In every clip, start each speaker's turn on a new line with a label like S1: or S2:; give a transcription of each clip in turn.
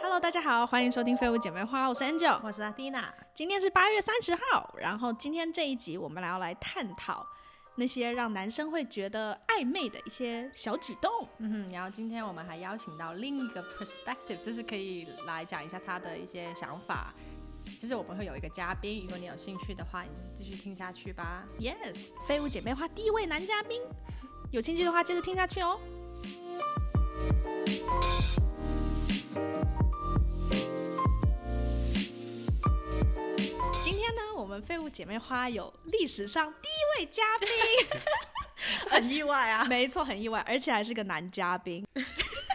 S1: Hello，大家好，欢迎收听废物姐妹花，我是 Angel，
S2: 我是阿蒂娜。
S1: 今天是八月三十号，然后今天这一集我们来要来探讨那些让男生会觉得暧昧的一些小举动。
S2: 嗯哼，然后今天我们还邀请到另一个 perspective，就是可以来讲一下他的一些想法。就是我们会有一个嘉宾，如果你有兴趣的话，你就继续听下去吧。
S1: Yes，废物姐妹花第一位男嘉宾，有兴趣的话接着听下去哦。今天呢，我们废物姐妹花有历史上第一位嘉宾，
S2: 很意外啊！
S1: 没错，很意外，而且还是个男嘉宾。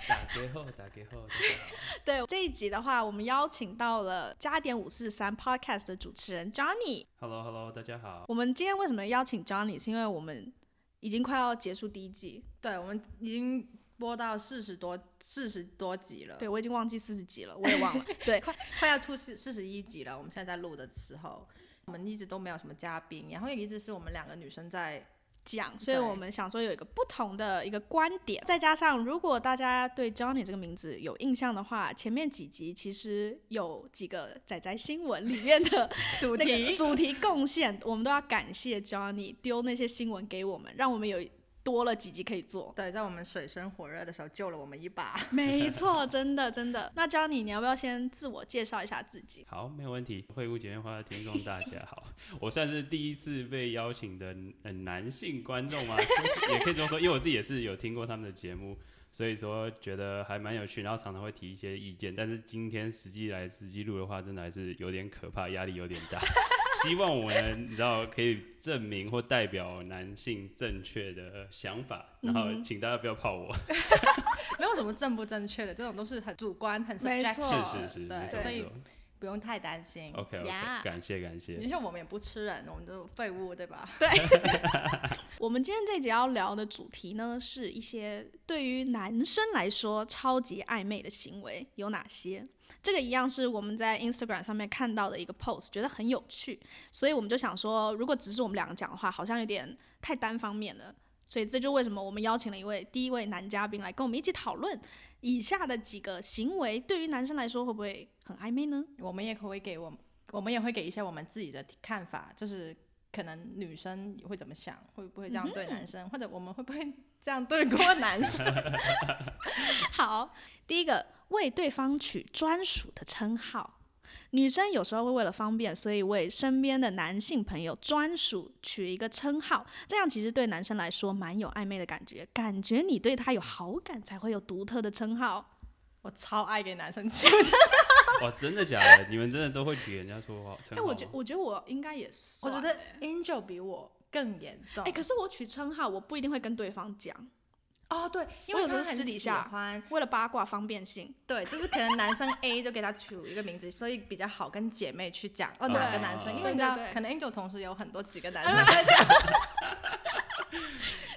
S3: 打给后，打给后，大家好
S1: 对这一集的话，我们邀请到了加点五四三 Podcast 的主持人 Johnny。
S3: Hello Hello，大家好。
S1: 我们今天为什么邀请 Johnny？是因为我们已经快要结束第一季，
S2: 对我们已经播到四十多四十多集了，
S1: 对我已经忘记四十集了，我也 忘了。对，
S2: 快快要出四四十一集了。我们现在在录的时候，我们一直都没有什么嘉宾，然后也一直是我们两个女生在。
S1: 讲，所以我们想说有一个不同的一个观点，再加上如果大家对 Johnny 这个名字有印象的话，前面几集其实有几个仔仔新闻里面的
S2: 主
S1: 那个主题贡献，我们都要感谢 Johnny 丢那些新闻给我们，让我们有多了几集可以做。
S2: 对，在我们水深火热的时候救了我们一把。
S1: 没错，真的真的。那 Johnny，你要不要先自我介绍一下自己？
S3: 好，没有问题。会物姐妹花的听众大家好， 我算是第一次被邀请的呃男性观众嘛，就是 也可以这么说，因为我自己也是有听过他们的节目，所以说觉得还蛮有趣，然后常常会提一些意见，但是今天实际来实际录的话，真的还是有点可怕，压力有点 大。希望我能你知道可以证明或代表男性正确的想法，然
S2: 嗯
S3: 后请大家不要泡我。
S2: 没有什么正不正确的，这种都是很主观、很
S1: 没
S2: subjective
S1: 错
S2: 的
S3: 是是是，没错
S2: 对，所
S3: 没
S2: 以
S3: 错。
S2: 不用太担心。
S3: OK OK，
S1: 呀
S3: 感谢感谢。
S2: 你像我们也不吃人，我们都废物，对吧？
S1: 我们今天这集要聊的主题呢，是一些对于男生来说超级暧昧的行为有哪些？这个一样是我们在 Instagram 上面看到的一个 post，觉得很有趣，所以我们就想说，如果只是我们两个讲的话，好像有点太单方面了。所以这就为什么我们邀请了一位第一位男嘉宾来跟我们一起讨论以下的几个行为，对于男生来说会不会很暧昧呢？
S2: 我们也可以给我们，我们也会给一些我们自己的看法，就是可能女生会怎么想，会不会这样
S1: 嗯
S2: 对男生，或者我们会不会这样对过男生？
S1: 好，第一个为对方取专属的称号。女生有时候会为了方便，所以为身边的男性朋友专属取一个称号，这样其实对男生来说蛮有暧昧的感觉，感觉你对他有好感才会有独特的称号。
S2: 我超爱给男生取，
S3: 哇，哦真的假的？你们真的都会给人家说话称
S1: 哎，
S3: 号
S1: 我
S3: 吗？
S1: 觉我觉得 我应该也是，
S2: 我觉得 Angel 比我更严重。
S1: 哎，可是我取称号，我不一定会跟对方讲，
S2: 哦，对，因
S1: 我
S2: 为
S1: 有时候
S2: 他很
S1: 私底
S2: 喜
S1: 下
S2: 欢
S1: 为了八卦方便性。
S2: 对，就是可能男生 A 就给他取一个名字，所以比较好跟姐妹去讲哦
S3: 对
S2: 哪个男生，因
S1: 对
S2: 为你知道
S1: 对对嗯
S2: 可能 Angel 同时有很多几个男生在讲，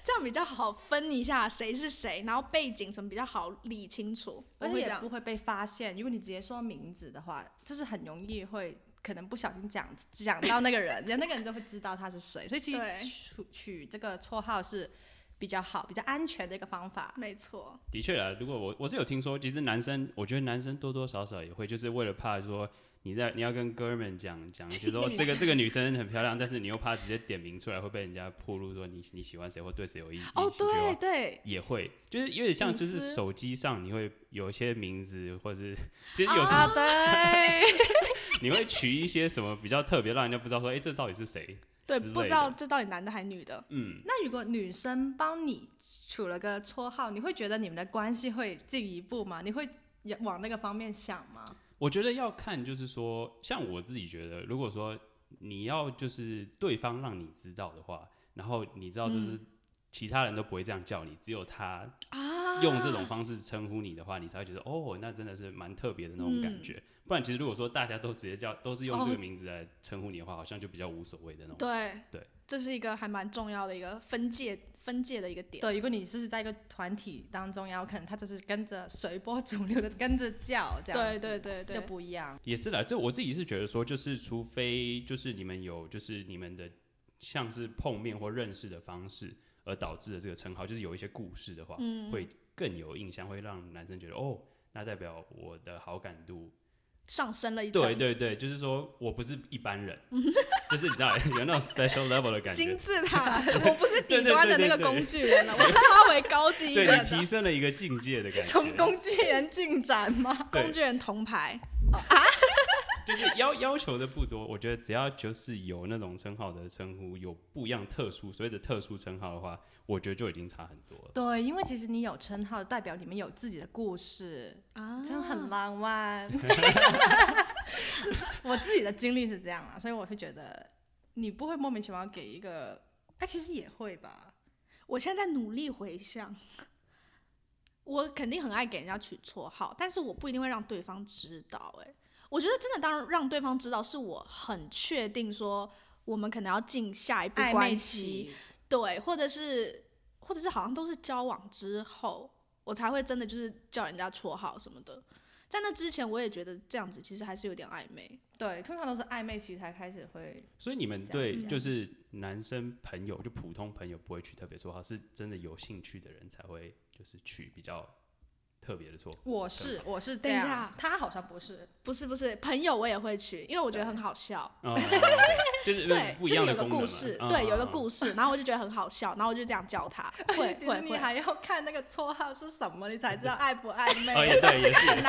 S1: 这样比较好分一下谁是谁，然后背景什么比较好理清楚。我
S2: 而
S1: 会
S2: 且
S1: 这
S2: 也
S1: 样
S2: 不，会被发现。如果你直接说名字的话，就是很容易会可能不小心讲讲到那个人，然后那个人就会知道他是谁，所以其
S1: 对
S2: 实取取这个绰号是比较好、比较安全的一个方法。
S1: 没错。
S3: 的确啊，如果我我是有听说，其实男生，我觉得男生多多少少也会，就是为了怕说你在你要跟哥们讲讲，就 说这个这个女生很漂亮，但是你又怕直接点名出来会被人家暴露说你你喜欢谁或对谁有意
S1: 哦，
S3: 意兴趣的
S1: 对
S3: 话
S1: 对，
S3: 也会，就是有点像
S1: 隐
S3: 就是
S1: 私
S3: 手机上你会有一些名字，或者是其实有时候
S2: 啊，对，
S3: 你会取一些什么比较特别，让人家不知道说，哎、这到底是谁？
S1: 对，
S3: 之
S1: 不
S3: 类
S1: 知道
S3: 的
S1: 这到底男的还女的。
S3: 嗯，
S2: 那如果女生帮你取了个绰号，你会觉得你们的关系会进一步吗？你会往那个方面想吗？
S3: 我觉得要看，就是说，像我自己觉得，如果说你要就是对方让你知道的话，然后你知道就是其他人都不会这样叫你，只有他
S1: 啊
S3: 用这种方式称呼你的话，你才会觉得哦，那真的是蛮特别的那种感觉。不然，其实如果说大家都直接叫，都是用这个名字来称呼你的话，好像就比较无所谓的那种。
S1: 对
S3: 对，
S1: 这是一个还蛮重要的一个分界分界的一个点。
S2: 对，如果你就是在一个团体当中，然后可能他就是跟着随波逐流的跟着叫，这样
S1: 对对对
S2: 就
S1: 对，
S2: 不一样。
S3: 也是啦，这我自己是觉得说，就是除非就是你们有就是你们的像是碰面或认识的方式嗯而导致的这个称号，就是有一些故事的话，会更有印象，会让男生觉得哦，那代表我的好感度。
S1: 上升了一层，
S3: 对对对，就是说我不是一般人，就是你知道有那种 special level 的感 觉
S1: 金。字塔，我不是
S3: 对
S1: 顶
S3: 对
S1: 端的
S3: 对
S1: 那个
S3: 对
S1: 工具人了，我是稍微高级一
S3: 对
S1: 点
S3: 你
S1: 的
S3: 提升了一个境界 的感觉，
S2: 从工具人进展吗？
S3: 对
S1: 工具人铜牌。
S3: 就是要要求的不多，我觉得只要就是有那种称号的称呼，有不一样特殊所谓的特殊称号的话，我觉得就已经差很多了。
S2: 对，因为其实你有称号，代表你们有自己的故事，
S1: 啊
S2: 这样很浪 漫。我自己的经历是这样啊，所以我会觉得你不会莫名其妙给一个，哎，其实也会吧。
S1: 我现在在努力回想，我肯定很爱给人家取绰号，但是我不一定会让对方知道、欸。我觉得真的当让对方知道，是我很确定说我们可能要进下一步
S2: 暧昧
S1: 关系，
S2: 期，
S1: 对，或者是或者是好像都是交往之后，我才会真的就是叫人家绰号什么的。在那之前，我也觉得这样子其实还是有点暧昧。
S2: 对，通常都是暧昧期才开始会
S3: 所以你们
S2: 这样
S3: 对
S2: 这样
S3: 就是男生朋友，就普通朋友不会取特别绰号，是真的有兴趣的人才会就是取比较特别的绰号。
S2: 我是我是这
S1: 等一
S2: 样
S1: 下，
S2: 他好像不是。
S1: 不是不是，朋友我也会取，因为我觉得
S2: 对
S1: 很好笑。
S3: 哦 OK，就 是
S1: 对，
S3: 不一
S1: 就是
S3: 样的
S1: 有个
S3: 功能
S1: 故
S3: 嘛
S1: 事，
S3: 嗯
S1: 对，有
S3: 嗯
S1: 个
S3: 嗯
S1: 故事，然后我就觉得很好笑，然后我就这样叫 他，会
S2: 其
S1: 会
S2: 实你
S1: 会，
S2: 还要看那个绰号是什么，你才知道暧不暧
S3: 哦，
S2: 昧。
S3: 也对， 也是也是，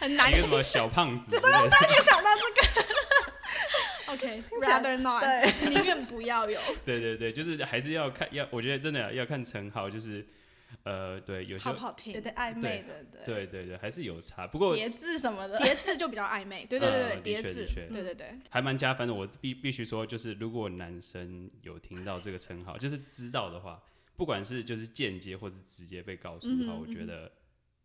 S1: 很难
S3: 一个什么小胖 子之类的，
S2: 没想到这听起来
S1: ，OK，rather
S2: 个，
S1: not，
S2: 对，
S1: 宁愿不要有，
S3: 对对对，就是还是要看，要我觉得真的要看称号，就是呃，对，有些
S1: 好不好
S2: 有
S1: 听？
S2: 点暧昧的，
S3: 对对对，还是有差，不过
S2: 叠字什么的，
S1: 叠字就比较暧昧，对对对
S3: 嗯
S1: 对，
S3: 的
S1: 叠
S3: 确
S1: 字
S3: 的确，
S1: 对对对，
S3: 还蛮加分的。我必必须说，就是如果男生有听到这个称 号，就是知道的话，不管是就是间接或是直接被告诉的话，
S1: 嗯哼
S3: 我
S1: 嗯
S3: 觉
S1: 哼
S3: 得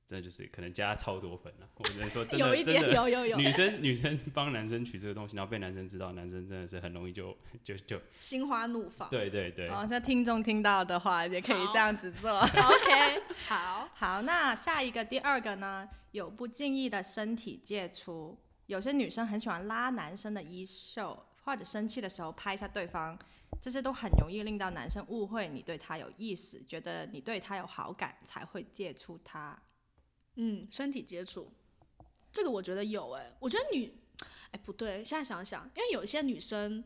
S3: 真的就是可能加超多分了、我只能说真
S1: 有
S3: 的
S1: 一
S3: 真
S1: 点
S3: 的。
S1: 有有有，
S3: 女生女生帮男生取这个东西，然后被男生知道，男生真的是很容易就就就
S1: 心花怒放
S3: 对对对，
S2: 哦，像听众听到的话，也可以这样子做。
S1: ，OK，好，
S2: 好，那下一个第二个呢？有不经意的身体接触，有些女生很喜欢拉男生的衣袖，或者生气的时候拍一下对方，这些都很容易令到男生误会你对他有意思，觉得你对他有好感才会接触他。
S1: 嗯，身体接触，这个我觉得有哎、我觉得女，哎不对，现在想想，因为有一些女生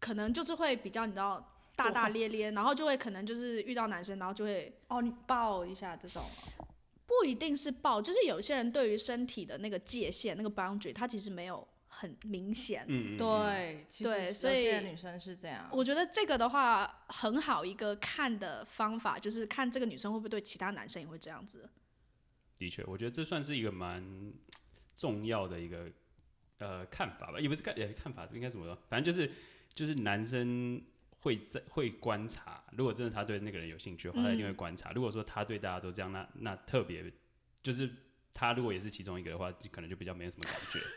S1: 可能就是会比较你知道。大大咧咧，然后就会可能就是遇到男生，然后就会
S2: 哦，你抱一下这种哦，
S1: 不一定是抱，就是有些人对于身体的那个界限、那个 boundary，他其实没有很明显。
S3: 嗯，嗯嗯
S2: 对，其实
S1: 对
S2: 有
S1: 所以
S2: 些女生是这样。
S1: 我觉得这个的话，很好一个看的方法，就是看这个女生会不会对其他男生也会这样子。
S3: 的确，我觉得这算是一个蛮重要的一个呃看法吧，也不是看也看法，应该怎么说？反正就是就是男生会在会观察，如果真的他对那个人有兴趣的话，他一定会
S2: 嗯
S3: 观察。如果说他对大家都这样，那那特别就是他如果也是其中一个的话，就可能就比较没有什么感觉。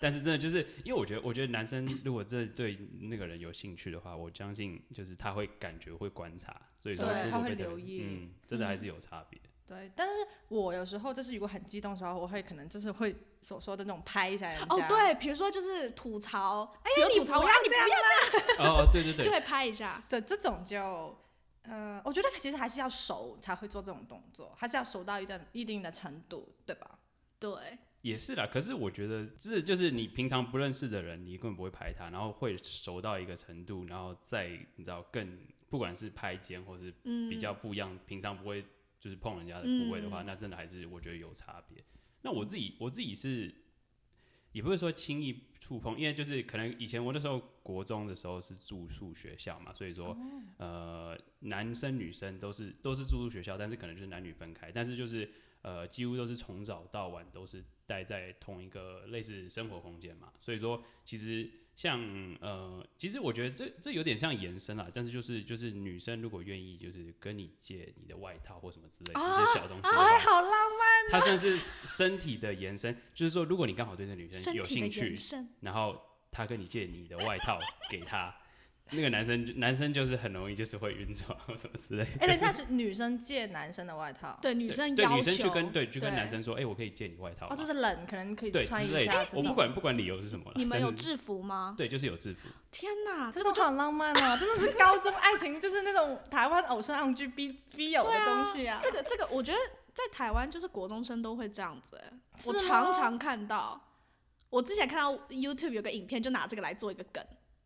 S3: 但是真的就是因为我觉得，我觉得男生如果真的对那个人有兴趣的话，我相信就是他会感觉会观察，所以说
S2: 对
S3: 如
S2: 他
S3: 果
S2: 会
S3: 被特
S2: 留
S3: 别
S2: 意
S3: 嗯，真的还是有差别。
S2: 对，但是我有时候就是如果很激动的时候，我会可能就是会所说的那种拍一下人家。
S1: 哦，，对，比如说就是吐槽，哎
S2: 呀
S1: 比如吐槽
S2: 你
S1: 我，
S2: 不
S1: 哎
S2: 要
S1: 你不
S2: 这样
S1: 要，
S3: 哦，对对对
S1: 就，会拍一下。
S2: 对，这种就，呃，我觉得其实还是要熟才会做这种动作，还是要熟到一定一定的程度，对吧？
S1: 对，
S3: 也是啦，可是我觉得就是就是你平常不认识的人，你根本不会排他，然后会熟到一个程度，然后再你知道更不管是拍肩或是
S1: 嗯，
S3: 比较不一样，平常不会就是碰人家的部位的话，
S1: 嗯
S3: 那真的还是我觉得有差别。那我自己我自己是也不会说轻易触碰，因为就是可能以前我那时候国中的时候是住宿学校嘛，所以
S1: 哦
S3: 说、呃男生女生都是都是住宿学校，但是可能就是男女分开，但是就是呃几乎都是从早到晚都是待在同一个类似生活空间嘛，所以说其实。像呃，其实我觉得这这有点像延伸啦，但是就是就是女生如果愿意，就是跟你借你的外套或什么之类的、这些小东西的
S1: 啊
S3: 话，
S1: 哎
S2: 好浪漫！
S3: 它算是身体的延伸，就是说，如果你刚好对这个女
S1: 身
S3: 生有
S1: 体的
S3: 兴趣
S1: 延，伸，
S3: 然后她跟你借你的外套给她，那个男生就男生就是很容易就是会晕船或什么之类的。
S2: 哎，等一下是女生借男生的外套，，
S1: 对
S3: 对
S1: 女生
S3: 对
S1: 要
S3: 女生去
S1: 求，
S3: 跟对去跟
S1: 对
S3: 男生说，哎、我可以借你外套吗
S2: 哦，就是冷，可能可以
S3: 对
S2: 穿
S3: 之
S2: 一
S3: 类
S2: 下
S3: 的。
S2: 这
S3: 我不
S2: 种。
S3: 管不管理由是什么啦，
S1: 你们
S3: 但
S1: 有
S3: 是
S1: 制服吗？
S3: 对，就是有制服。
S1: 天哪，
S2: 这
S1: 这
S2: 种
S1: 不就
S2: 好浪漫啊！真的是高中爱情，就是那种台湾偶像剧必必有的
S1: 对啊
S2: 东西啊！
S1: 这个这个，我觉得在台湾就是国中生都会这样子、欸，
S2: 是
S1: 我
S2: 吗
S1: 常常看到。我之前看到 YouTube 有个影片，就拿这个来做一个梗，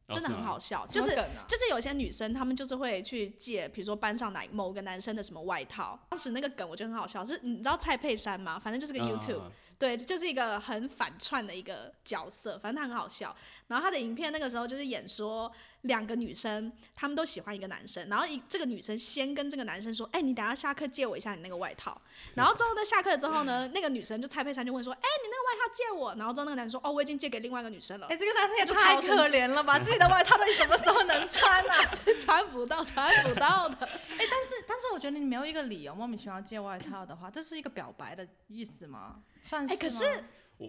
S3: 哦
S1: 真的
S3: 是
S1: 很
S3: 吗
S1: 好笑。就是
S2: 什么梗啊
S1: 就是有些女生，她们就是会去借，比如说班上哪某个男生的什么外套。当时那个梗我觉得很好笑，是你知道蔡佩珊吗？反正就是个
S3: 嗯
S1: YouTube，、
S3: 嗯
S1: 对，就是一个很反串的一个角色，反正他很好笑。然后他的影片那个时候就是演说两个女生，她们都喜欢一个男生，然后一这个女生先跟这个男生说：“哎、你等一下下课借我一下你那个外套。”然后之后呢，下课了之后呢，那个女生就蔡佩珊就问说：“哎、你那个外套借我。”然后之后那个男生说：“哦，我已经借给另外一个女生了
S2: 哎、，这个男生也
S1: 就
S2: 太
S1: 超生
S2: 可怜 了吧！自己的外套到底什么时候能穿啊？
S1: 穿不到，穿不到的。
S2: 哎、但 是但是我觉得你没有一个理由莫名其妙借外套的话，这是一个表白的意思吗？算是
S1: 哎
S2: 吗。
S1: 可是
S3: 我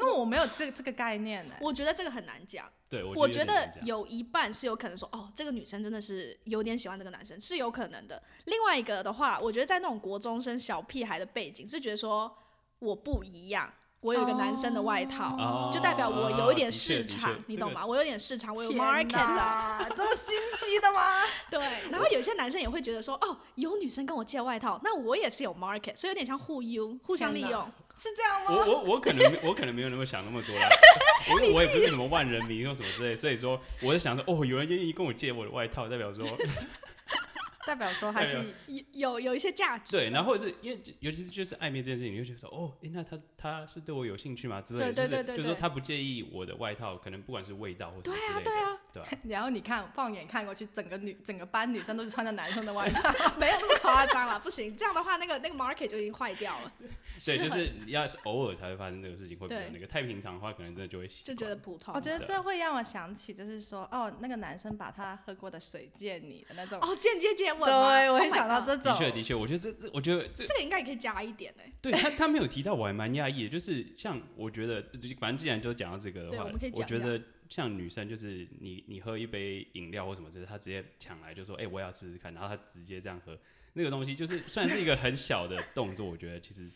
S2: 因为我没有这这个概念呢、”
S1: 我觉得这个很难讲。
S3: 对，
S1: 我
S3: 觉
S1: 觉
S3: 得有点
S1: 得
S3: 难讲
S1: 有一半是有可能说，哦，这个女生真的是有点喜欢这个男生，是有可能的。另外一个的话，我觉得在那种国中生小屁孩的背景，是觉得说我不一样，我有一个男生的外套，
S3: 哦
S1: 就代表我有一点市
S3: 啊的
S1: 场，
S3: 确的确
S1: 你
S3: 这个
S1: 懂吗？我有点市场， 我有
S2: 天
S1: market 啊的。
S2: 哪， 这么心机 的吗？
S1: 对，然后有些男生也会觉得说，哦，有女生跟我借外套，那我也是有 market，所以有点像互优，互相利
S2: 天哪
S1: 用。
S2: 是这样吗？
S3: 我我我可能没我可能没有那么想那么多 啦，我因为我也不是什么万人迷或什么之类，所以说我在想说，哦，有人愿意跟我借我的外套，代表说
S2: 代表说还
S3: 代
S2: 是
S1: 有有有一些价值，
S3: 对，然后或者是因为尤其是就是暧昧这件事情，你会觉得说，哦，诶那他他是对我有兴趣吗？之类的，
S1: 对对对
S3: 就是
S1: 对
S3: 就是说
S1: 对
S3: 他不介意我的外套，可能不管是味道或什
S1: 对
S3: 么之
S1: 啊
S3: 类的，
S1: 对啊，
S3: 对啊，
S2: 然后你看，放眼看过去，整个女整个班女生都是穿着男生的 外套，
S1: 没有那么夸张了，不行，这样的话那个那个 market 就已经坏掉了，
S3: 对，
S1: 失
S3: 就
S1: 衡
S3: 是你要是偶尔才会发生这个事情，会比较
S1: 对
S3: 那个太平常的话，可能真的就会习
S1: 就觉得普通
S2: 我。觉得
S3: 的
S2: 这会让我想起，就是说，哦，那个男生把他喝过的水借你的那种。
S1: 哦，间接接吻吗。
S2: 对，我
S1: Oh
S2: 会
S1: my
S2: 想到
S1: god
S2: 这
S3: 的
S2: 种。
S3: 确的确，我觉得这这我觉得这
S1: 这个应该也可以加一点哎、
S3: 对他，他没有提到，我还蛮讶异的。就是像我觉得，就反正既然就讲到这个的
S1: 对
S3: 话
S1: 我们可以，
S3: 我
S1: 讲
S3: 觉
S1: 一下
S3: 得像女生，就是你你喝一杯饮料或什么之类，他直接抢来就说：“哎、我也要试试看。”然后他直接这样喝，那个东西就是虽然是一个很小的动作，我觉得其实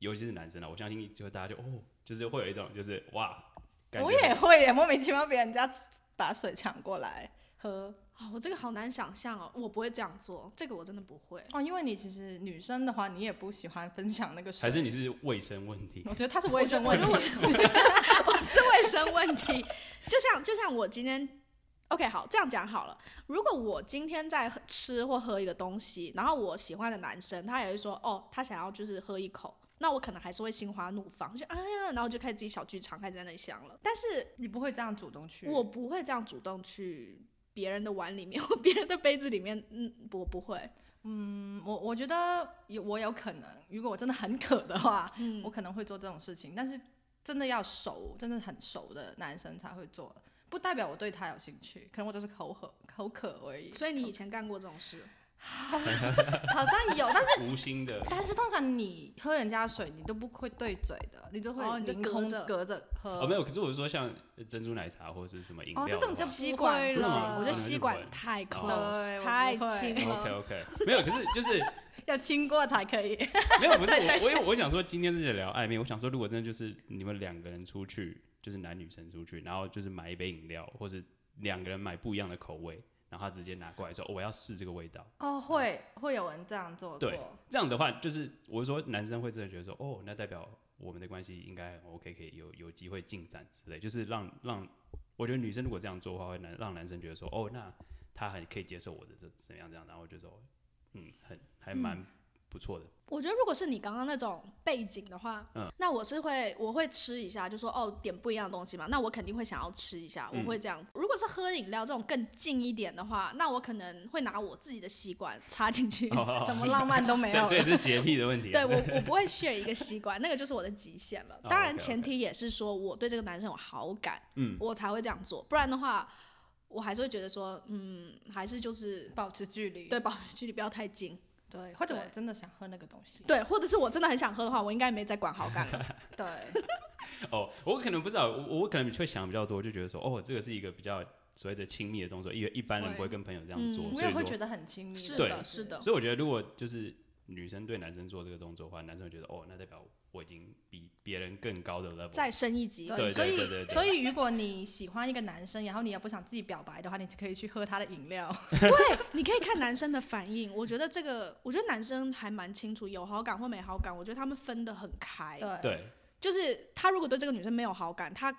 S3: 尤其是男生啊，我相信就大家就哦，就是会有一种就是哇，感觉
S2: 我也会耶，莫名其妙别人家把水抢过来喝。
S1: 哦，我这个好难想象哦，我不会这样做，这个我真的不会。
S2: 哦，因为你其实女生的话，你也不喜欢分享那个水。
S3: 还是你是卫生问题。
S2: 我觉得他是卫生问
S1: 我觉得我
S2: 题。
S1: 是我是我是卫生问题，就像就像我今天。OK，好，这样讲好了。如果我今天在喝吃或喝一个东西，然后我喜欢的男生，他也会说，哦，他想要就是喝一口，那我可能还是会心花怒放，就哎呀，然后就开始自己小剧场，开始在那里想了。但是
S2: 你不会这样主动去。
S1: 我不会这样主动去别人的碗里面 或别人的杯子里面，嗯，我不会。
S2: 嗯，我我觉得有我有可能，如果我真的很渴的话，
S1: 嗯
S2: 我可能会做这种事情。但是真的要熟，真的很熟的男生才会做，不代表我对他有兴趣，可能我只是口渴口渴而已。
S1: 所以你以前干过这种事？
S2: 好像有，但是
S3: 无心的，
S2: 但是通常你喝人家水，你都不会对嘴的，你就
S1: 哦
S2: 会
S1: 你就
S2: 凌
S1: 隔
S2: 空
S1: 着
S2: 隔着喝。
S3: 哦，没有。可是我是说，像珍珠奶茶或者是什么饮料
S2: 哦
S3: 的话，
S2: 这种就
S1: 吸
S2: 不
S1: 管
S2: 会
S1: 不行，
S2: 了
S1: 我觉得
S3: 不
S1: 吸
S3: 会
S1: 管太 close，
S2: 对
S1: 太
S2: 我不会
S1: 亲
S3: OK
S1: 了。
S3: OK，没有。可是就是
S2: 要亲过才 可以。
S3: 没有，不是我，我有我想说，今天是聊暧昧，我想说，如果真的就是你们两个人出去，就是男女生出去，然后就是买一杯饮料，或者两个人买不一样的口味，然后他直接拿过来说，哦我要试这个味道。
S2: 哦，会会有人这样做
S3: 对
S2: 过。
S3: 这样的话，就是我是说，男生会真的觉得说，哦，那代表我们的关系应该很 OK，可以有有机会进展之类，就是让让我觉得女生如果这样做的话，会男让男生觉得说，哦，那他很可以接受我的这怎么样怎样，然后我就说，嗯，很还蛮不错的。
S1: 我觉得如果是你刚刚那种背景的话，
S3: 嗯
S1: 那我是会我会吃一下，就说哦点不一样的东西嘛，那我肯定会想要吃一下，我
S3: 嗯
S1: 会这样子。如果是喝饮料这种更近一点的话，那我可能会拿我自己的吸管插进去。
S3: 哦
S2: 什么浪漫都没
S3: 所以
S2: 有
S3: 所以是洁癖的问题、啊。
S1: 对我，我不会 share 一个吸管，那个就是我的极限了。
S3: 哦
S1: 当然，
S3: ，OK，OK
S1: 前提也是说我对这个男生有好感，
S3: 嗯，
S1: 我才会这样做，不然的话，我还是会觉得说，嗯，还是就是
S2: 保持距离。
S1: 对保持距离，不要太近。
S2: 对，或者我
S1: 对
S2: 真的想喝那个东西。
S1: 对，或者是我真的很想喝的话，我应该没再管好感了。
S2: 对，
S3: 哦，我可能不知道，我我可能会想比较多，就觉得说，哦，这个是一个比较所谓的亲密的动作，因为一般人
S2: 会
S3: 不会跟朋友这样
S1: 嗯
S3: 做，
S1: 我
S2: 我
S3: 所
S2: 也
S3: 以
S2: 会
S3: 说，
S2: 觉得很亲密。
S1: 是
S3: 对
S1: 的，是的。
S3: 所以我觉得如果就是女生对男生做这个动作的话，男生会觉得哦，那代表我已经比别人更高的 level
S1: 再升一级，
S3: 对
S2: 所以
S3: 对对对
S2: 所以如果你喜欢一个男生，然后你也不想自己表白的话，你可以去喝他的 饮料。
S1: 对，你可以看男生的反应。我觉得这个，我觉得男生还蛮清楚有好感或没好感，我觉得他们分得很开。
S2: 对，
S3: 对，
S1: 就是他如果对这个女生没有好感，他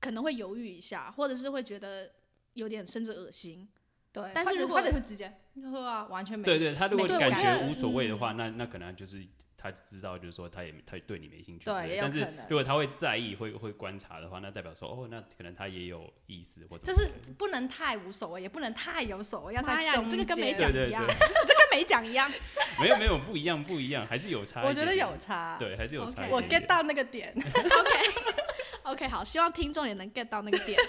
S1: 可能会犹豫一下，或者是会觉得有点甚至恶心。
S2: 对
S1: 但
S2: 或
S1: 是
S2: 者
S1: 如果
S2: 或者是直接喝啊，完全没
S3: 对对，他如果
S1: 没对
S3: 感
S1: 我觉
S3: 觉
S1: 得
S3: 无所谓的话，
S2: 嗯
S3: 那那可能就是他知道，就是说他也他对你没兴趣之
S2: 对
S3: 类的。
S2: 也有
S3: 但是
S2: 可能
S3: 如果他会在意、会会观察的话，那代表说哦，那可能他也有意思或者
S2: 就是不能太无所谓，也不能太有所谓，要
S1: 妈
S2: 在
S1: 呀，
S2: 中
S1: 你这个跟没
S2: 间
S1: 讲一
S3: 对对
S1: 样，
S3: 对
S1: 这跟没讲一样。
S3: 没有没有不一样不一样，还是有差一
S2: 我
S3: 点
S2: 觉
S3: 点。
S2: 得有差。，
S3: 对，还是有
S1: OK
S3: 差一点
S2: 我
S3: 点。
S2: get 到那个点。
S1: OK，好， 希望听众也能 get 到那个点。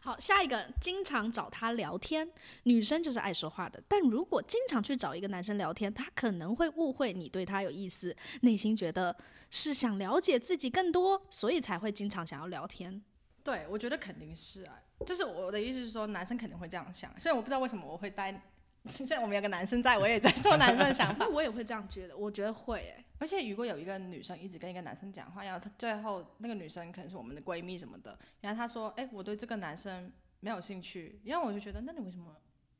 S1: 好，下一个，经常找他聊天，女生就是爱说话的，但如果经常去找一个男生聊天，他可能会误会你对他有意思，内心觉得是想了解自己更多，所以才会经常想要聊天。
S2: 对，我觉得肯定是啊，就是我的意思是说，男生肯定会这样想。虽然我不知道为什么我会 带，现在我们有个男生在，我也在说男生的想法。
S1: 那我也会这样觉得，我觉得会、欸，
S2: 而且如果有一个女生一直跟一个男生讲话，然后她最后那个女生可能是我们的闺蜜什么的，然后她说：“哎，我对这个男生没有兴趣。”然后我就觉得，那你为什么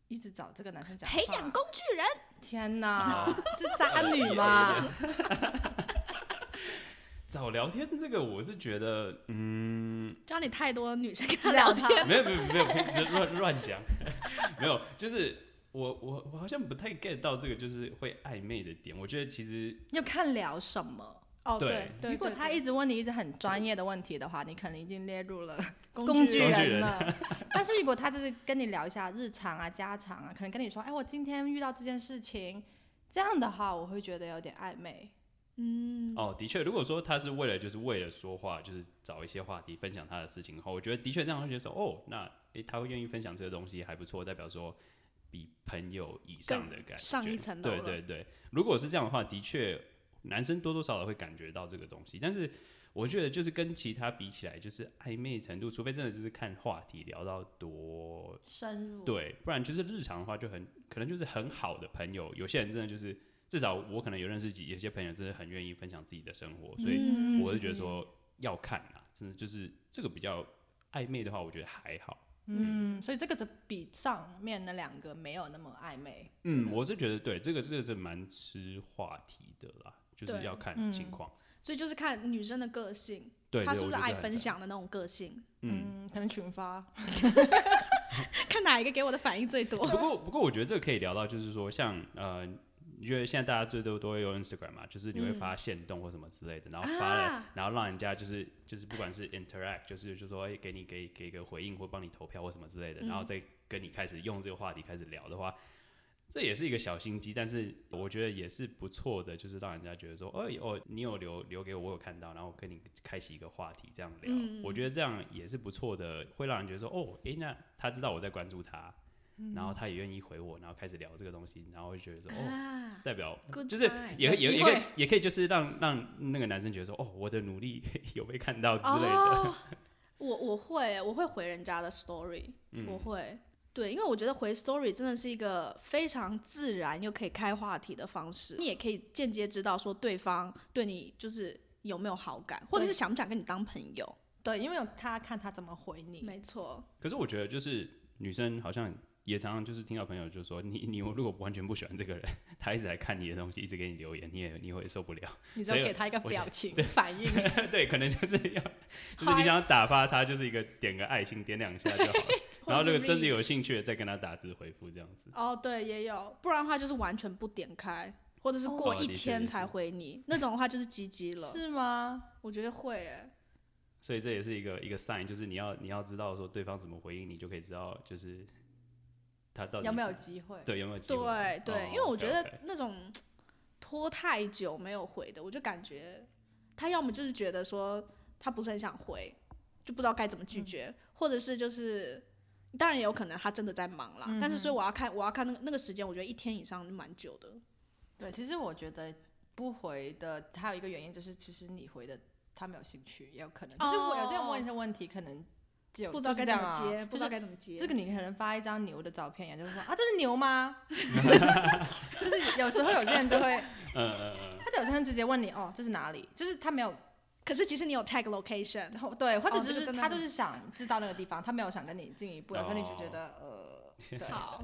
S2: 一直找这个男生讲话？
S1: 培养工具人。
S2: 天哪，这渣
S3: 有
S2: 女
S3: 点
S2: 吗？
S3: 找聊天这个，我是觉得，嗯，
S1: 教你太多女生跟 他聊
S2: 聊
S1: 天，
S2: 他，
S3: 没有没有没有，不是乱乱讲，没有，就是我我我好像不太 get 到这个，就是会暧昧的点。我觉得其实
S2: 要看聊什么。
S1: 哦，
S3: 对
S1: 对，对
S2: 如果
S1: 对
S2: 他
S1: 对
S2: 一直问你一直很专业的问题的话，你可能已经列入了
S1: 工
S2: 具
S1: 人
S3: 工具 人
S2: 了。但是如果他就是跟你聊一下日常啊、家常啊，可能跟你说：“哎，我今天遇到这件事情。”这样的话，我会觉得有点暧昧。
S1: 嗯，
S3: 哦，的确，如果说他是为了就是为了说话，就是找一些话题分享他的事情的话，我觉得的确这样会觉得说，哦，那诶、他会愿意分享这个东西还不错，代表说比朋友以上的感觉
S1: 上一层楼
S3: 对
S1: 了
S3: 对对，如果是这样的话，的确男生多多少少会感觉到这个东西，但是我觉得就是跟其他比起来，就是暧昧程度，除非真的就是看话题聊到多
S2: 深入，
S3: 对，不然就是日常的话就很可能就是很好的朋友，有些人真的就是至少我可能有认识几有些朋友真的很愿意分享自己的生活，所以
S1: 嗯
S3: 我是
S2: 其
S3: 觉得
S2: 实
S3: 说要看啊，真的就是这个比较暧昧的话，我觉得还好。
S2: 嗯，所以这个就比上面那两个没有那么暧昧。
S3: 嗯，我是觉得对这个这个是蛮吃话题的啦，就是
S1: 对
S3: 要看情
S2: 嗯
S3: 况。
S1: 所以就是看女生的个性，
S3: 对，
S1: 她
S3: 对
S1: 是不
S3: 我
S1: 是
S3: 觉得
S1: 爱
S3: 很
S1: 分
S3: 赞？
S1: 享的那种个性，
S3: 嗯。
S2: 嗯，可能群发，
S1: 看哪一个给我的反应最多。
S3: 不过，不过我觉得这个可以聊到，就是说像呃，因为现在大家最多都会用 Instagram 嘛，就是你会发现动或什么之类的，然后发了，
S1: 嗯啊
S3: 然后让人家就是就是不管是 interact，就是就说哎给你给给一个回应或帮你投票或什么之类
S1: 嗯
S3: 的，然后再跟你开始用这个话题开始聊的话。这也是一个小心机，但是我觉得也是不错的，就是让人家觉得说，哦哦，你有留留给我，我有看到，然后跟你开启一个话题这样聊，
S1: 嗯
S3: 我觉得这样也是不错的，会让人觉得说，哦，诶，那他知道我在关注他，然后他也愿意回我，然后开始聊这个东西，然后就觉得说，哦，
S1: 嗯啊，
S3: 代表
S1: Good
S3: 就是
S1: sign
S3: 也也
S2: 有机
S3: 也
S2: 会
S3: 可以也可以就是让让那个男生觉得说，哦，我的努力 有被看到之类的，
S1: 哦、我我会我会回人家的 story，、我
S3: 嗯
S1: 会对，因为我觉得回 story 真的是一个非常自然又可以开话题的方式，你也可以间接知道说对方对你就是有没有好感，或者是想不想跟你当朋友。
S2: 对，因为有他看他怎么回
S3: 嗯
S2: 你。
S1: 没错，
S3: 可是我觉得就是女生好像也常常就是听到朋友就说，你你如果完全不喜欢这个人，他一直来看你的东西，一直给你留言，你也你会受不了。
S2: 你只
S3: 所以
S2: 要给他一个
S3: 我
S2: 表情反 应，
S3: 对，可能就是要就是你想要打发他，就是一个点个爱心，点两下就好 了。然后
S1: 或者
S3: 如果
S1: 是
S3: 真的
S1: read
S3: 有兴趣的，再跟他打字回复这样子。
S1: 哦，对，也有，不然的话就是完全不点开，或者是过
S3: 哦
S1: 一
S3: 的确
S1: 天
S3: 也是
S1: 才回你，那种的话就是积极了。
S2: 是吗？
S1: 我觉得会耶，
S3: 所以这也是一个一个 sign，就是你要你要知道说对方怎么回应你，就可以知道就是他到底
S2: 有没有
S3: 是
S2: 机会？
S3: 对有没有机会
S1: 对对，
S3: 哦
S1: 因为我觉得
S3: OK，OK
S1: 那种拖太久没有回的，我就感觉他要么就是觉得说他不是很想回，就不知道该怎么
S2: 嗯
S1: 拒绝，或者是就是。当然也有可能他真的在忙
S2: 嗯
S1: 啦，但是所以我要看，我要看那个那个时间，我觉得一天以上就蛮久的。
S2: 对，其实我觉得不回的还有一个原因就是，其实你回的他没有兴趣，也有可能。就是我有些人
S1: 哦
S2: 问一些问题，可能就
S1: 不知道该怎么
S2: 就是这样
S1: 接，
S2: 啊
S1: 不知道该怎么接。
S2: 这个你可能发一张牛的照片，人家就说啊，这是牛吗？ 就是有时候有些人就会，
S3: 嗯嗯嗯，
S2: 他有些人直接问你哦，这是哪里？就是他没有，
S1: 可是其实你有 tag location，
S2: 然后对，或者
S1: 哦
S2: 是
S1: 这
S2: 不
S1: 个
S2: 是
S1: 真的
S2: 他
S1: 很
S2: 就是想知道那个地方，他没有想跟你进一步，所以你就觉
S3: 哦
S2: 得呃，对，
S1: 好，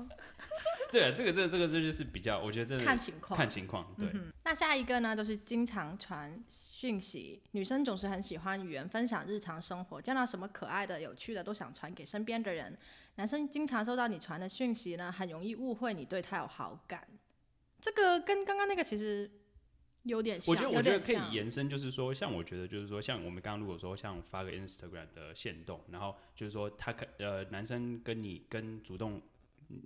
S3: 对啊，这个这个这个这就是比较，我觉得真的
S2: 看情况。
S3: 看情况，对，
S2: 嗯，那下一个呢，就是经常传讯息。女生总是很喜欢与人分享日常生活，见到什么可爱的、有趣的都想传给身边的人。男生经常收到你传的讯息呢，很容易误会你对他有好感。这个跟刚刚那个其实
S1: 有点像。
S3: 我觉得
S2: 有
S3: 我觉得
S2: 点
S3: 可以
S2: 像
S3: 延伸，就是说，像我觉得就是说，像我们刚刚如果说像发个 Instagram 的限动，然后就是说他可呃男生跟你跟主动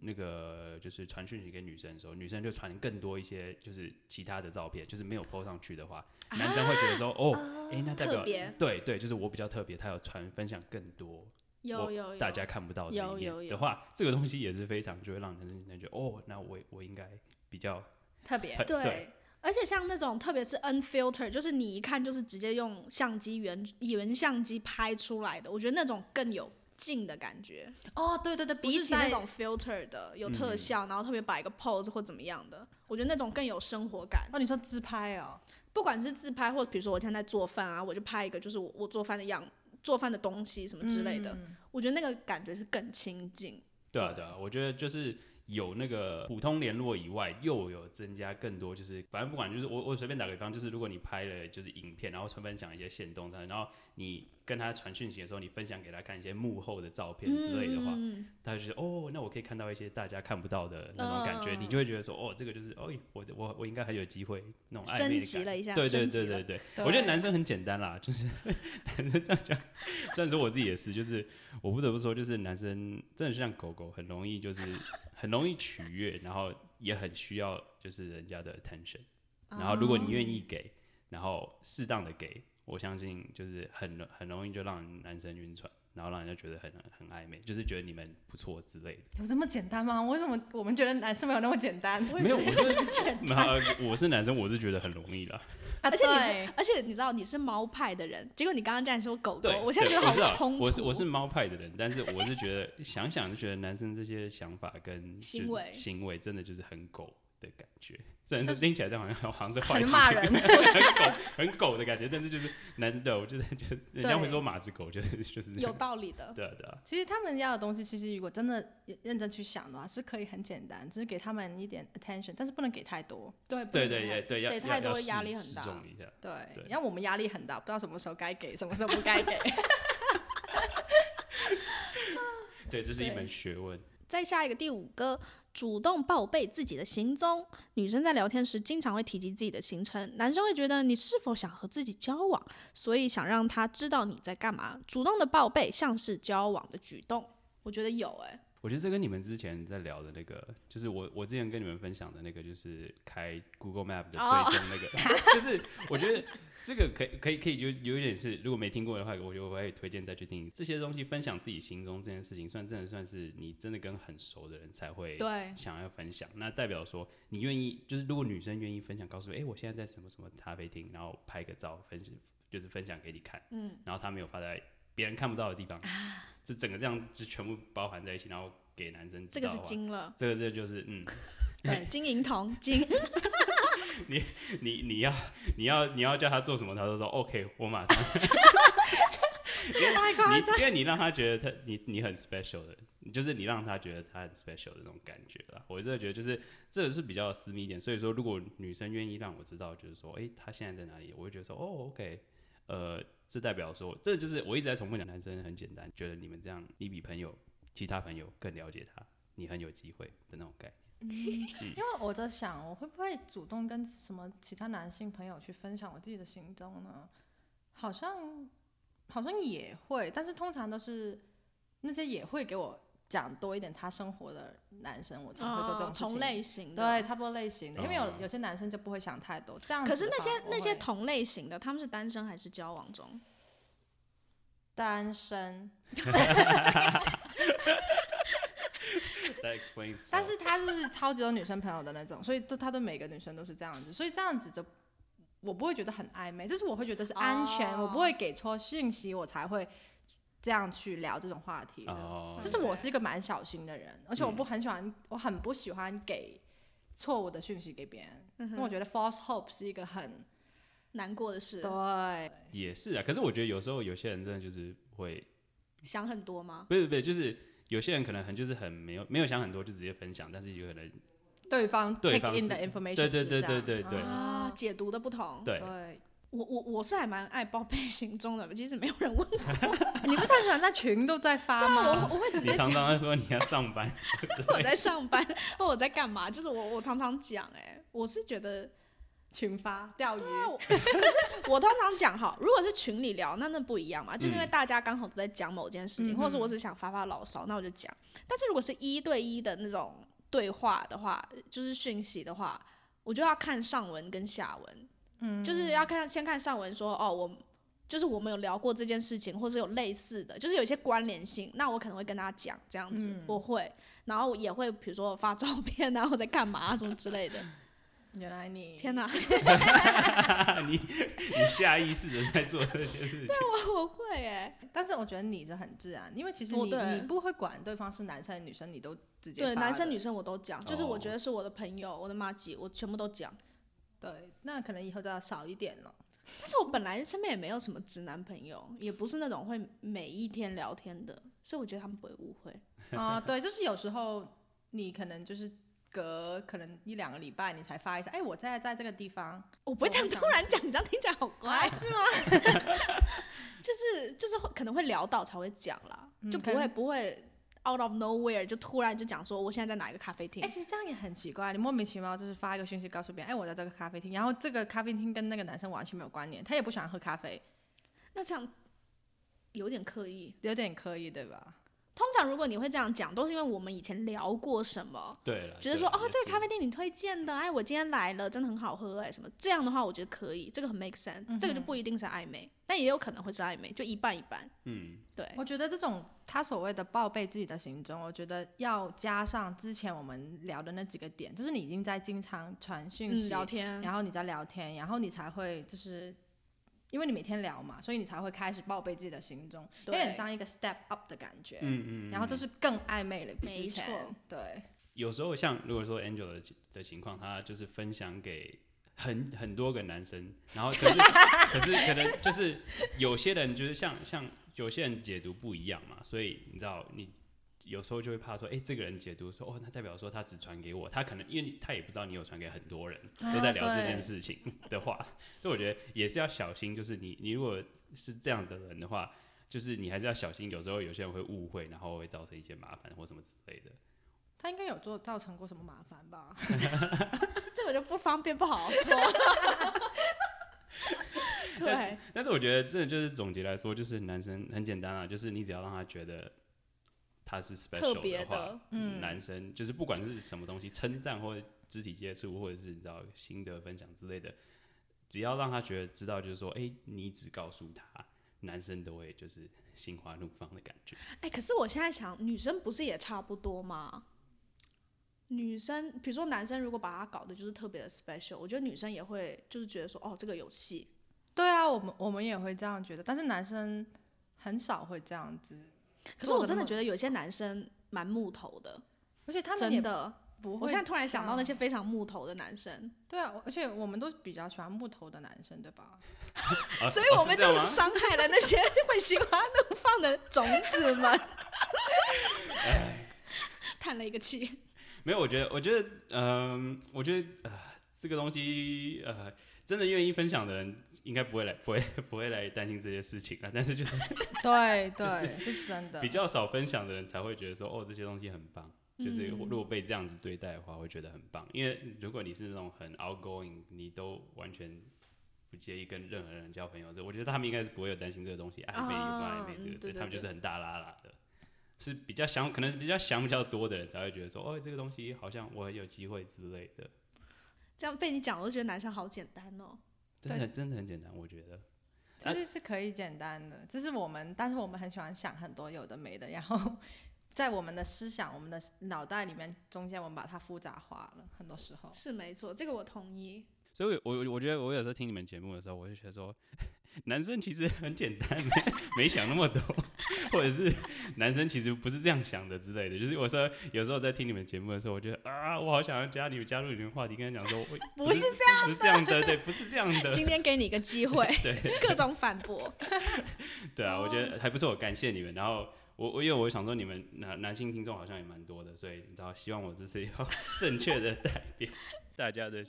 S3: 那个就是传讯息给女生的时候，女生就传更多一些就是其他的照片，就是没有 PO 上去的话，男生会觉得说哦，哎、那代
S1: 啊特
S3: 表
S1: 别
S3: 对对，就是我比较特别，他有传分享更多
S1: 有有有，
S3: 大家看不到的
S1: 有
S3: 一
S1: 有
S3: 面
S1: 有
S3: 的话，这个东西也是非常就会让男生感觉得哦，那我我应该比较
S2: 特别
S3: 很
S1: 哎对。而且像那种，特别是 unfilter，就是你一看就是直接用相机原原相机拍出来的，我觉得那种更有劲的感觉，
S2: 哦，对对对，
S1: 比起那
S2: 在
S1: 种 filter 的有
S3: 嗯
S1: 特
S3: 嗯
S1: 效，然后特别摆个 pose 或怎么样的，我觉得那种更有生活感。
S2: 哦，你说自拍哦，
S1: 不管是自拍，或者比如说我现在在做饭啊，我就拍一个就是我我做饭的样，做饭的东西什么之类的，
S3: 嗯
S1: 我觉得那个感觉是更亲近。
S3: 对啊，对啊，我觉得就是有那个普通联络以外，又有增加更多，就是反正不管，就是我我随便打个比方，就是如果你拍了就是影片，然后分享一些线动，然后你跟他传讯息的时候，你分享给他看一些幕后的照片之类的话，
S1: 嗯，
S3: 他就觉得哦，那我可以看到一些大家看不到的那种感觉，
S1: 嗯
S3: 你就会觉得说哦，这个就是哦，我我我应该很有机会那种暧昧
S1: 升
S3: 的
S1: 级
S3: 感觉。
S1: 了一下，
S3: 对对
S1: 升级
S3: 对
S1: 了
S3: 对对，我觉得男生很简单啦，就是 男生这样讲。虽然说我自己也是，就是我不得不说，就是男生真的是像狗狗，很容易就是 很容易取悦，然后也很需要就是人家的 attention。然后如果你愿
S1: 哦
S3: 意给，然后适当的给，我相信就是很容很容易就让男生晕船，然后让人家觉得很很暧昧，就是觉得你们不错之类的。
S2: 有这么简单吗？为什么我们觉得男生没有那么简单？
S1: 我也
S3: 没有，
S1: 觉
S3: 我
S1: 得
S3: 是 没有，呃我是男生，我是觉得很容易啦。
S1: 而且你
S2: 对
S1: 是，而且你知道你是猫派的人，结果你刚刚竟然说狗狗
S3: 对，，
S1: 我现在觉
S3: 对
S1: 得
S3: 知道
S1: 好冲突。
S3: 我是我是猫派的人，但是我是觉得想想就觉得男生这些想法跟
S1: 行
S3: 就是
S1: 为
S3: 行为真的就是很狗的感觉。虽然
S2: 就
S3: 说听起来这好像好像是坏
S2: 很
S3: 事，，
S2: 骂人
S3: 很狗很狗的感觉，但是就是男生对我就是觉得人家会
S2: 对
S3: 说马子狗，就是就是
S1: 有道理的，
S3: 对啊对啊，
S2: 其实他们要的东西，其实如果真的认真去想的话，是可以很简单，只是给他们一点 attention，但是不能给太多。
S1: 对
S3: 对对也对要
S1: 给
S3: 要
S1: 太多
S3: 要
S1: 压
S3: 适
S1: 力很
S3: 适
S1: 大
S3: 中一下。
S2: 对，
S3: 对
S2: 因为我们压力很大，不知道什么时候 该给，什么时候不该给。
S3: 对，这是一
S1: 对
S3: 门学问。
S1: 再下一个第五个，主动报备自己的行踪。女生在聊天时经常会提及自己的行程，男生会觉得你是否想和自己交往，所以想让他知道你在干嘛。主动的报备像是交往的举动，我觉得有哎、
S3: 我觉得这跟你们之前在聊的那个，就是我我之前跟你们分享的那个，就是开 Google Map 的
S1: 哦
S3: 追踪那个 就是我觉得这个可以可以可以就有一点是，如果没听过的话，我觉得我会推荐再去听这些东西，分享自己心中这件事情，算真的算是你真的跟很熟的人才会
S1: 对，
S3: 想要分享，那代表说你愿意，就是如果女生愿意分享，告诉我，哎、我现在在什么什么咖啡厅，然后拍个照分享，就是分享给你看，
S1: 嗯，啊
S3: 然后她没有发在别人看不到的地方， 这整个这样就全部包含在一起，然后给男生知
S1: 这
S3: 道
S1: 个
S3: 的
S1: 是
S3: 话
S1: 金了，
S3: 这个这就是嗯，
S1: 对，金银铜金，
S3: 你你要你要你要叫他做什么，他都说 OK，我马上。
S2: 太 夸张！
S3: 你因为你让他觉得他你你很 special 的，就是你让他觉得他很 special 的那种感觉啦。我真的觉得就是这个是比较私密一点，所以说如果女生愿意让我知道，就是说，诶，她现在在哪里，我会觉得说，哦，OK，呃，这代表说，这就是我一直在重复讲，男生很简单，觉得你们这样，你比朋友其他朋友更了解他，你很有机会的那种概念。
S2: 因为我在想，我会不会主动跟什么其他男性朋友去分享我自己的行踪呢？好像好像也会，但是通常都是那些也会给我讲多一点他生活的男生，我才会做这
S1: 哦
S2: 种事情。
S1: 同类型的，
S2: 对，差不多类型的，因为有
S3: 嗯
S2: 有些男生就不会想太多，这样子
S1: 可是
S2: 的话。
S1: 那些
S2: 我
S1: 那些
S2: 会
S1: 同类型的，他们是单身还是交往中？
S2: 单身，
S3: That explains
S2: 但是他是超级有女生朋友的那种，所以都他对每个女生都是这样子，所以这样子就我不会觉得很暧昧，就是我会觉得是安全，
S1: 哦
S2: 我不会给错讯息，我才会这样去聊这种话题的。
S3: 哦嗯
S2: 就是我是一个蛮小心的人，而且我不很喜欢，我很不喜欢给错误的讯息给别人，
S1: 嗯哼
S2: 因为我觉得 false hope 是一个很
S1: 难过的事，
S2: 对
S3: 也是啊。可是我觉得有时候有些人真的就是会，
S1: 想很多吗？
S3: 不是不是，就是有些人可能很就是很没有没有想很多就直接分享，但是有可能
S2: 对方
S3: 对
S2: take
S3: 方
S2: in
S3: 是
S2: 的 information
S3: 对
S2: 是
S3: 对对
S2: 这样
S3: 对对对
S1: 啊
S2: 啊，
S1: 解读的不同。
S3: 对
S2: 对，
S1: 我我我是还蛮爱报备行踪的， 其实没有人问
S2: 你不是很喜欢在群都在发
S1: 啊 我，
S2: 吗？
S1: 我会直
S3: 你
S1: 接
S3: 常
S1: 讲
S3: 常会说你要上班，
S1: 我在上班 或我在干嘛，就是我我常常讲，哎，我是觉得
S2: 群发钓鱼，
S1: 那啊我 可是我通常讲哈，如果是群里聊，那那不一样嘛，就是因为大家刚好都在讲某件事情，
S2: 嗯
S1: 或者是我只想发发牢骚，那我就讲。但是如果是一对一的那种对话的话，就是讯息的话，我就要看上文跟下文，
S2: 嗯
S1: 就是要看先看上文说哦，我就是我们有聊过这件事情，或是有类似的，就是有一些关联性，那我可能会跟大家讲这样子，
S2: 嗯
S1: 我会，然后也会比如说我发照片啊，我在干嘛、啊、什么之类的。
S2: 嗯原来你
S1: 天哪！
S3: 你你下意识的在做这件事情。
S1: 我会哎、
S2: 但是我觉得你是很自然，因为其实
S1: 哦
S2: 你
S1: 对
S2: 你不会管对方是男生还是女生，你都直接
S1: 对，
S2: 发
S1: 男生
S2: 的
S1: 女生我都讲，就是我
S3: 哦
S1: 觉得是我的朋友，我的妈吉，我全部都讲。
S2: 对，那可能以后就要少一点 了。
S1: 但是我本来身边也没有什么直男朋友，也不是那种会每一天聊天的，所以我觉得他们不会误会。
S2: 啊、对，就是有时候你可能就是隔可能一两个礼拜你才发一下，哎，我在在这个地方，哎
S1: 我不会这样
S2: 我会
S1: 突然讲，你这样听起来
S2: 啊
S1: 好怪，
S2: 是吗？
S1: 就是就是会可能会聊到才会讲啦，
S2: 嗯
S1: 就不
S2: 可能
S1: 会不会 out of nowhere 就突然就讲说我现在在哪一个咖啡厅
S2: 哎，。其实这样也很奇怪，你莫名其妙就是发一个讯息告诉别人，哎，我在这个咖啡厅，然后这个咖啡厅跟那个男生完全没有关联，他也不喜欢喝咖啡，
S1: 那这样有点刻意。
S2: 有点可以对吧？
S1: 通常如果你会这样讲，都是因为我们以前聊过什么，
S3: 对了，
S1: 觉得
S3: 对
S1: 说
S3: 啦
S1: 哦，这个咖
S3: 也
S1: 啡店你推荐的，哎，我今天来了，真的很好喝，哎，什么这样的话，我觉得可以，这个很 make sense，、这个就不一定是暧昧，但也有可能会是暧昧，就一半一半，
S3: 是嗯，
S1: 对，
S2: 我觉得这种他所谓的报备自己的行踪，我觉得要加上之前我们聊的那几个点，就是你已经在经常传讯
S1: 嗯，
S2: 息，
S1: 聊天，
S2: 然后你在聊天，然后你才会就是。因为你每天聊嘛，所以你才会开始报备自己的行踪，有
S1: 对
S2: 点像一个 step up 的感觉。
S3: 嗯嗯嗯
S2: 然后就是更暧昧了，比
S1: 没
S2: 之前
S1: 错
S2: 对，
S3: 有时候像如果说 Angel 的情的情况，她就是分享给很很多个男生，然后可是可是可能就是有些人就是像像有些人解读不一样嘛，所以你知道你有时候就会怕说，哎、这个人解读说，哦，那代表说他只传给我，他可能因为你他也不知道你有传给很多人
S2: 啊
S3: 都在聊这件
S2: 对
S3: 事情的话，所以我觉得也是要小心，就是你你如果是这样的人的话。就是你还是要小心，有时候有些人会误会，然后会造成一些麻烦或什么之类的。
S2: 他应该有做造成过什么麻烦吧？
S1: 这我就不方便不好好说，对，
S3: 但是我觉得真的就是总结来说，就是男生很简单啊，就是你只要让他觉得他是
S1: 特
S3: special
S1: 别
S3: 话，
S1: 的
S2: 嗯
S3: 男生就是不管是什么东西，称赞或者肢体接触，或者是你知道心得分享之类的，只要让他觉得知道，就是说，哎、你只告诉他，男生都会就是心花怒放的感觉。
S1: 哎，可是我现在想，女生不是也差不多吗？女生，比如说男生，如果把他搞的就是特别的 special，我觉得女生也会就是觉得说，哦，这个有戏，
S2: 对啊，我们我们也会这样觉得，但是男生很少会这样子，
S1: 可是我
S2: 做得
S1: 真的
S2: 那么
S1: 觉得有些男生蛮木头的，
S2: 而且他们也
S1: 真的。
S2: 不
S1: 我
S2: 会
S1: 现在突然想到那
S2: 嗯
S1: 些非常木头的男生，
S2: 对啊，而且我们都比较喜欢木头的男生，对 吧？
S3: 啊
S1: 所以
S3: 啊
S1: 我
S3: 是
S1: 们
S3: 这样
S1: 就
S3: 吗
S1: 伤害了那些会心花怒放的种子 们。
S3: 哎
S1: 叹了一个气，
S3: 没有，我觉得，我觉得，嗯、我觉得，呃，这个东西，呃，真的愿意分享的人，应该不会来，不会，不会来担心这些事情啊。但是就是
S2: 对对，这是真的
S3: 比。较少分享的人才会觉得说，哦，这些东西很棒。就是
S1: 嗯
S3: 如果被这样子对待的话，会觉得很棒。因为如果你是那种很 outgoing，你都完全不介意跟任何人交朋友，这我觉得他们应该是不会有担心这个东西暧昧与不暧昧这个，
S1: 嗯
S3: 所
S1: 对
S3: 以他们
S1: 对
S3: 就是很大拉拉的。是比较想，可能是比较想比较多的人才会觉得说，哦，这个东西好像我很有机会之类的。
S1: 这样被你讲，我就觉得男生好简单哦。
S3: 真的真的很简单，我觉得。
S2: 其实是可以简单的，这是我们，但是我们很喜欢想很多有的没的，然后 在我们的思想、我们的脑袋里面中间，我们把它复杂化了，很多时候。
S1: 是没错，这个我同意。
S3: 所以我，我我觉得我有时候听你们节目的时候，我就觉得说， 男生其实很简单， 没没想那么多， 或者是男生其实不是这样想的之类的。就是我说有时候在听你们节目的时候，我觉得啊，我好想要加你们加入你们话题，跟他讲说，我
S2: 不是
S3: 这样，不是这样的，对，不是这样的，
S1: 今天给你一个机会， 各种反驳。
S3: 对啊，我觉
S1: 哦
S3: 得还不错，感谢你们。然后我我因为我想说你们男男性听众好像也蛮多的，所以你知道，希望我这次要 正确的代表大家的。。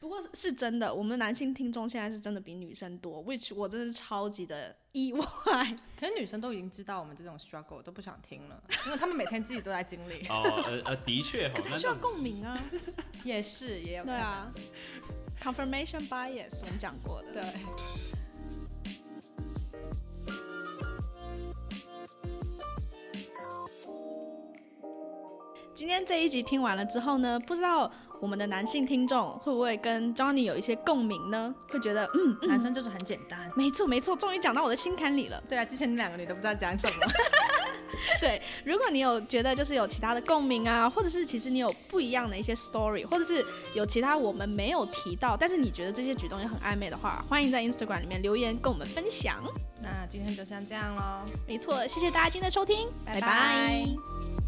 S1: 不过是是真的，我们男性听众现在是真的比女生多，which 我真是超级的意外。
S2: 可是女生都已经知道我们这种 struggle 都不想听了，因为她们每天自己都在经历
S3: 哦，呃呃，的确哈
S1: 可，他
S3: 那
S1: 需要共鸣 啊，
S2: 也是，也有可
S1: 对
S2: 能。
S1: 啊，confirmation bias 我们讲过的。
S2: 对。
S1: 今天这一集听完了之后呢，不知道我们的男性听众会不会跟 Johnny 有一些共鸣呢？会觉得，嗯，
S2: 男生就是很简单。
S1: 没错没错，终于讲到我的心坎里了。
S2: 对啊，之前你两个你都不知道讲什么。
S1: 对，如果你有觉得就是有其他的共鸣啊，或者是其实你有不一样的一些 story，或者是有其他我们没有提到，但是你觉得这些举动也很暧昧的话，欢迎在 Instagram 里面留言跟我们分享。
S2: 那今天就先这样喽。
S1: 没错，谢谢大家今天的收听，
S2: 拜拜
S1: 拜拜